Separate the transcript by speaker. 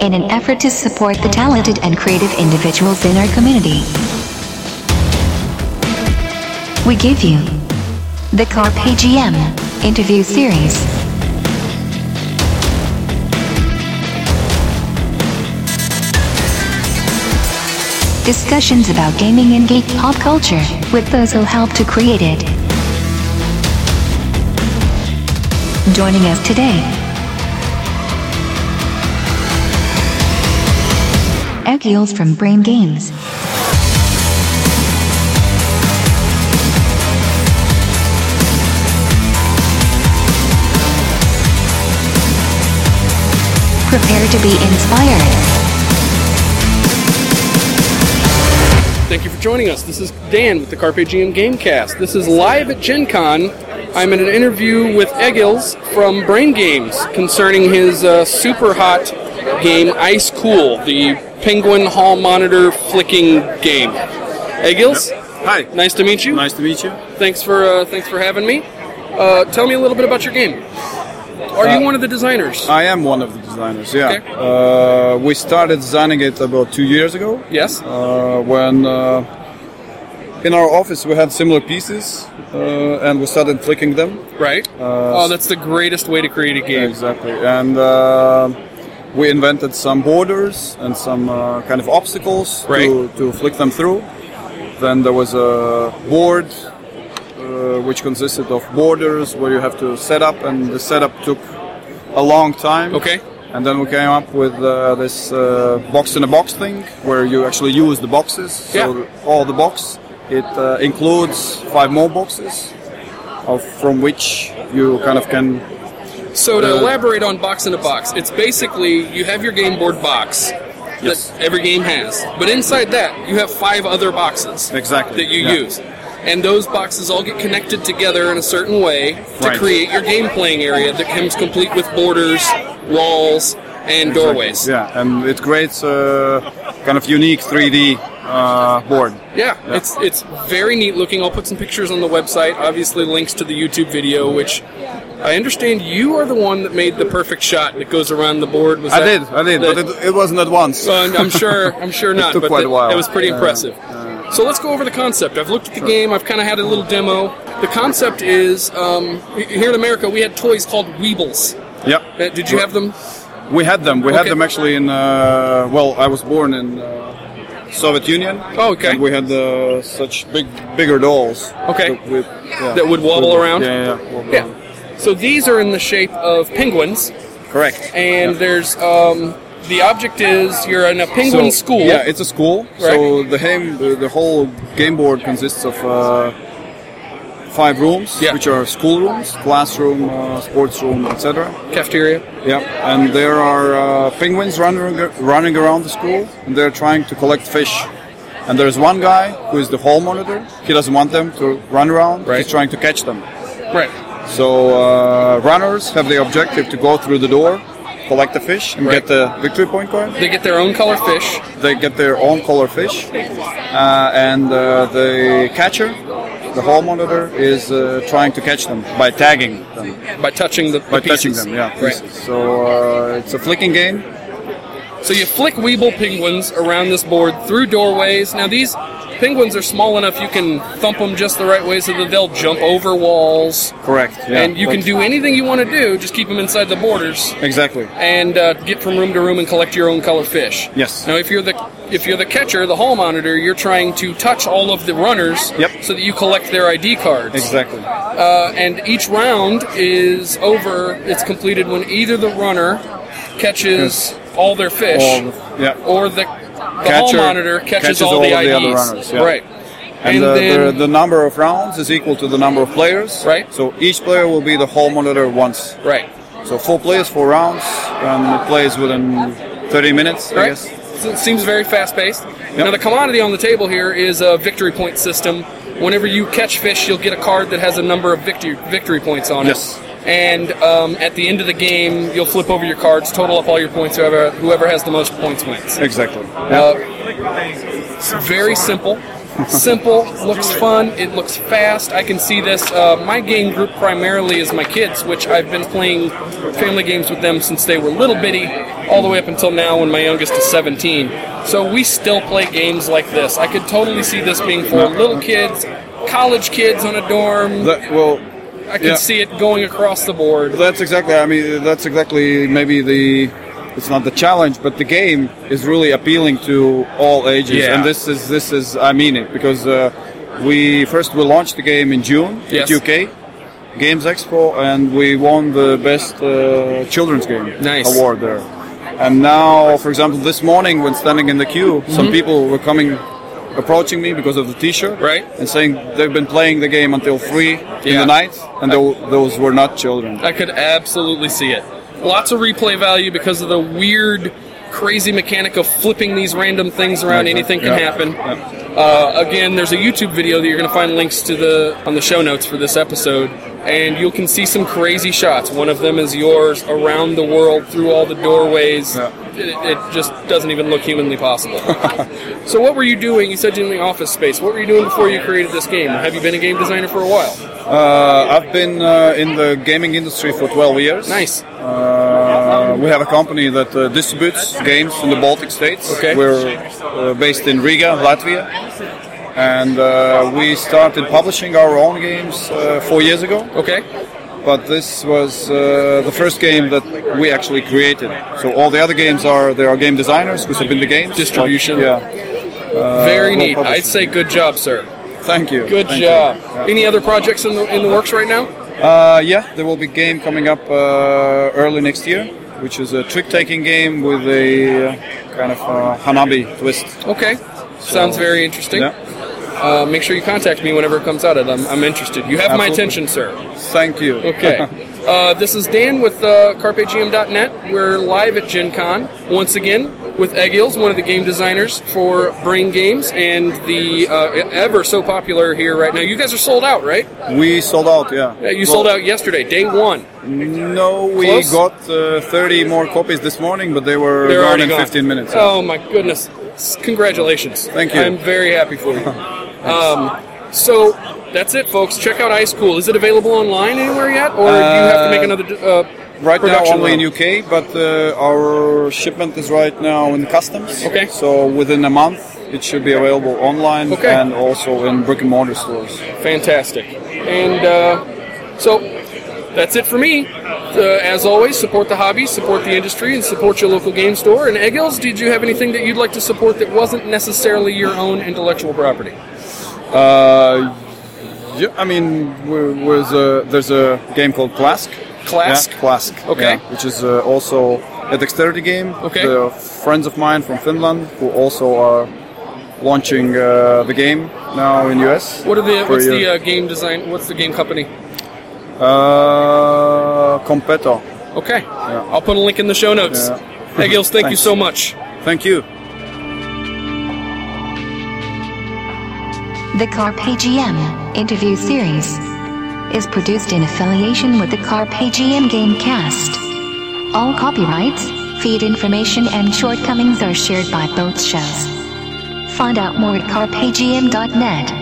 Speaker 1: in an effort to support the talented and creative individuals in our community. We give you the Carpe GM interview series. Discussions about gaming and geek pop culture with those who help to create it. Joining us today, Egiles from Brain Games. Prepare to be inspired.
Speaker 2: Thank you for joining us. This is Dan with the Carpe GM Gamecast. This is live at Gen Con. I'm in an interview with Eggils from Brain Games concerning his uh, super hot game Ice Cool, the penguin hall monitor flicking game. Eggils,
Speaker 3: Hi.
Speaker 2: nice to meet you.
Speaker 3: Nice to meet you.
Speaker 2: Thanks for uh, thanks for having me. Uh, tell me a little bit about your game. Are
Speaker 3: Uh,
Speaker 2: you one of the designers?
Speaker 3: I am one of the designers. Yeah.
Speaker 2: Okay.
Speaker 3: Uh, we started designing it about two years ago.
Speaker 2: yes.
Speaker 3: Uh, when uh, in our office we had similar pieces, uh, and we started flicking them.
Speaker 2: right.
Speaker 3: uh,
Speaker 2: oh, that's the greatest way to create a game.
Speaker 3: Exactly. And uh, we invented some borders and some uh, kind of obstacles to,
Speaker 2: Right.
Speaker 3: to flick them through. Then there was a board uh, which consisted of borders where you have to set up, and the setup took a long time.
Speaker 2: Okay.
Speaker 3: And then we came up with uh, this uh, box in a box thing where you actually use the boxes. So
Speaker 2: Yeah.
Speaker 3: all the box, it uh, includes five more boxes. Of, from which you kind of can
Speaker 2: So to
Speaker 3: Uh,
Speaker 2: elaborate on box in a box, it's basically you have your game board box that
Speaker 3: Yes.
Speaker 2: every game has, but inside that you have five other boxes
Speaker 3: Exactly,
Speaker 2: that you
Speaker 3: yeah.
Speaker 2: use, and those boxes all get connected together in a certain way to
Speaker 3: Right.
Speaker 2: create your game playing area that comes complete with borders, walls, and doorways.
Speaker 3: Yeah, and it creates a kind of unique 3D uh, board.
Speaker 2: Yeah, it's it's very neat looking. I'll put some pictures on the website. Obviously, links to the YouTube video, which I understand you are the one that made the perfect shot that goes around the board. Was
Speaker 3: I
Speaker 2: that-
Speaker 3: did, I did,
Speaker 2: that-
Speaker 3: but it, it wasn't at once.
Speaker 2: Well, I'm sure. I'm sure not.
Speaker 3: took
Speaker 2: but
Speaker 3: quite
Speaker 2: that-
Speaker 3: a while.
Speaker 2: That was pretty
Speaker 3: Yeah,
Speaker 2: impressive. so let's go over the concept. I've looked at the game. I've kind of had a little demo. The concept is um, h- here in America we had toys called Weebles.
Speaker 3: Yep.
Speaker 2: Uh, Did you have them?
Speaker 3: We had them. We had
Speaker 2: Okay.
Speaker 3: them actually in. Uh, well, I was born in uh, Soviet Union.
Speaker 2: Oh, okay.
Speaker 3: And we had uh, such big, bigger dolls.
Speaker 2: Okay.
Speaker 3: That, we- yeah.
Speaker 2: That would wobble
Speaker 3: Would-
Speaker 2: around?
Speaker 3: Yeah, yeah. wobble
Speaker 2: Yeah.
Speaker 3: around.
Speaker 2: So these are in the shape of penguins,
Speaker 3: Correct.
Speaker 2: and there's um, the object is you're in a penguin
Speaker 3: So,
Speaker 2: school.
Speaker 3: Yeah, it's a school. So the game, the, the whole game board consists of uh, five rooms,
Speaker 2: Yeah.
Speaker 3: which are school rooms, classroom, uh, sports room, etc.
Speaker 2: cafeteria.
Speaker 3: Yeah, and there are uh, penguins running running around the school, and they're trying to collect fish. And there's one guy who is the hall monitor. He doesn't want them to run around.
Speaker 2: Right.
Speaker 3: He's trying to catch them.
Speaker 2: Right.
Speaker 3: So uh, runners have the objective to go through the door, collect the fish, and
Speaker 2: Right.
Speaker 3: get the victory point card.
Speaker 2: They get their own color fish.
Speaker 3: They get their own color fish, uh, and uh, the catcher, the hall monitor, is uh, trying to catch them by tagging them,
Speaker 2: By touching the, the
Speaker 3: by touching
Speaker 2: pieces.
Speaker 3: them. Yeah.
Speaker 2: Right.
Speaker 3: pieces. So uh, it's a flicking game.
Speaker 2: So you flick Weeble penguins around this board through doorways. Now these penguins are small enough you can thump them just the right way so that they'll jump over walls.
Speaker 3: Correct. Yeah,
Speaker 2: and you can
Speaker 3: that's-
Speaker 2: do anything you want to do, just keep them inside the borders
Speaker 3: exactly.
Speaker 2: and uh, get from room to room and collect your own color fish.
Speaker 3: Yes.
Speaker 2: Now if you're the if you're the catcher, the hall monitor, you're trying to touch all of the runners
Speaker 3: Yep.
Speaker 2: so that you collect their ID cards.
Speaker 3: Exactly.
Speaker 2: Uh, and each round is over. It's completed when either the runner catches all their fish,
Speaker 3: All the- yeah.
Speaker 2: or the, the hall
Speaker 3: Catcher
Speaker 2: monitor catches,
Speaker 3: catches
Speaker 2: all, the
Speaker 3: all of the other
Speaker 2: IDs.
Speaker 3: runners, yeah.
Speaker 2: Right.
Speaker 3: And,
Speaker 2: And,
Speaker 3: uh,
Speaker 2: then
Speaker 3: the, the number of rounds is equal to the number of players.
Speaker 2: Right.
Speaker 3: So each player will be the hall monitor once.
Speaker 2: right,
Speaker 3: So four players, four rounds, and it plays within 30 minutes, I
Speaker 2: right.
Speaker 3: guess.
Speaker 2: So it seems very fast paced. Now the commodity on the table here is a victory point system. Whenever you catch fish, you'll get a card that has a number of victory victory points on
Speaker 3: Yes.
Speaker 2: it. And um, at the end of the game, you'll flip over your cards, total up all your points. Whoever whoever has the most points wins.
Speaker 3: Exactly.
Speaker 2: Uh, it's very simple. Simple, looks fun, it looks fast. I can see this. Uh, my game group primarily is my kids, which I've been playing family games with them since they were little bitty, all the way up until now when my youngest is 17. So we still play games like this. I could totally see this being for little kids, college kids on a dorm.
Speaker 3: That, well,
Speaker 2: I could
Speaker 3: yeah.
Speaker 2: see it going across the board.
Speaker 3: That's exactly. I mean, that's exactly maybe the. It's not the challenge, but the game is really appealing to all ages,
Speaker 2: Yeah.
Speaker 3: and this is this is I mean it because uh, we first we launched the game in June
Speaker 2: Yes.
Speaker 3: at UK Games Expo, and we won the best uh, children's game
Speaker 2: Nice.
Speaker 3: award there. And now, for example, this morning when standing in the queue, some
Speaker 2: Mm-hmm.
Speaker 3: people were coming, approaching me because of the T-shirt,
Speaker 2: Right.
Speaker 3: and saying they've been playing the game until three in
Speaker 2: Yeah. Uh,
Speaker 3: the night, and tho- those were not children.
Speaker 2: I could absolutely see it. Lots of replay value because of the weird, crazy mechanic of flipping these random things around. Anything can
Speaker 3: Yeah.
Speaker 2: happen.
Speaker 3: Yeah.
Speaker 2: Uh, again, there's a YouTube video that you're going to find links to the on the show notes for this episode, and you can see some crazy shots. One of them is yours around the world through all the doorways.
Speaker 3: Yeah.
Speaker 2: It, it just doesn't even look humanly possible. so, what were you doing? You said you were in the office space. What were you doing before you created this game? Have you been a game designer for a while?
Speaker 3: Uh, I've been uh, in the gaming industry for 12 years.
Speaker 2: Nice.
Speaker 3: Uh, we have a company that uh, distributes games in the Baltic states.
Speaker 2: Okay.
Speaker 3: We're uh, based in Riga, Latvia. And uh, we started publishing our own games uh, four years ago,
Speaker 2: Okay.
Speaker 3: but this was uh, the first game that we actually created. So all the other games are there are game designers who submit the games.
Speaker 2: Distribution.
Speaker 3: yeah.
Speaker 2: Very
Speaker 3: well,
Speaker 2: neat.
Speaker 3: publishing.
Speaker 2: I'd say good job, sir.
Speaker 3: Thank you.
Speaker 2: Good
Speaker 3: Thank you.
Speaker 2: job.
Speaker 3: Yeah.
Speaker 2: Any other projects in the, in the works right now?
Speaker 3: Uh, yeah, there will be game coming up uh, early next year, which is a trick-taking game with a uh, kind of uh, Hanabi twist.
Speaker 2: Okay. Sounds very interesting.
Speaker 3: Yeah.
Speaker 2: Uh, make sure you contact me whenever it comes out. I'm, I'm interested. You have my
Speaker 3: Absolutely.
Speaker 2: attention, sir.
Speaker 3: Thank you.
Speaker 2: Okay. uh, this is Dan with uh, CarpeGM.net. We're live at Gen Con once again with Egg Eels, one of the game designers for Brain Games and the uh, ever so popular here right now. You guys are sold out, right?
Speaker 3: we sold out. Yeah.
Speaker 2: Yeah, you sold out yesterday, day one.
Speaker 3: No, we
Speaker 2: Close?
Speaker 3: got uh, 30 more copies this morning, but they were
Speaker 2: They're
Speaker 3: gone
Speaker 2: already
Speaker 3: in
Speaker 2: gone.
Speaker 3: 15 minutes.
Speaker 2: Oh my goodness! S- Congratulations.
Speaker 3: Thank you.
Speaker 2: I'm very happy for you. um, so that's it, folks. Check out Ice Cool. Is it available online anywhere yet, or do you have to make
Speaker 3: Uh,
Speaker 2: another d- uh,
Speaker 3: Right now,
Speaker 2: production
Speaker 3: only
Speaker 2: run?
Speaker 3: in UK, but uh, our shipment is right now in customs.
Speaker 2: Okay.
Speaker 3: So within a month, it should be available online
Speaker 2: Okay.
Speaker 3: and also in brick and mortar stores.
Speaker 2: Fantastic. And uh, so that's it for me. Uh, as always, support the hobby, support the industry, and support your local game store. And Eggles, did you have anything that you'd like to support that wasn't necessarily your own intellectual property?
Speaker 3: Uh, yeah, I mean, w- was a, there's a game called Clask.
Speaker 2: Clask?
Speaker 3: Yeah, Clask.
Speaker 2: Okay.
Speaker 3: yeah, which is uh, also a dexterity game.
Speaker 2: Okay.
Speaker 3: They're friends of mine from Finland who also are launching uh, the game now in US.
Speaker 2: What are the
Speaker 3: for
Speaker 2: what's
Speaker 3: you.
Speaker 2: the uh, game design? What's the game company?
Speaker 3: Uh, Competo.
Speaker 2: Okay. I'll put a link in the show notes.
Speaker 3: Yeah.
Speaker 2: Hey, Gils, thank you
Speaker 3: Thanks.
Speaker 2: so much.
Speaker 3: Thank you.
Speaker 1: The Carpe GM interview series is produced in affiliation with the Carpe GM Gamecast. All copyrights, feed information, and shortcomings are shared by both shows. Find out more at carpegm.net.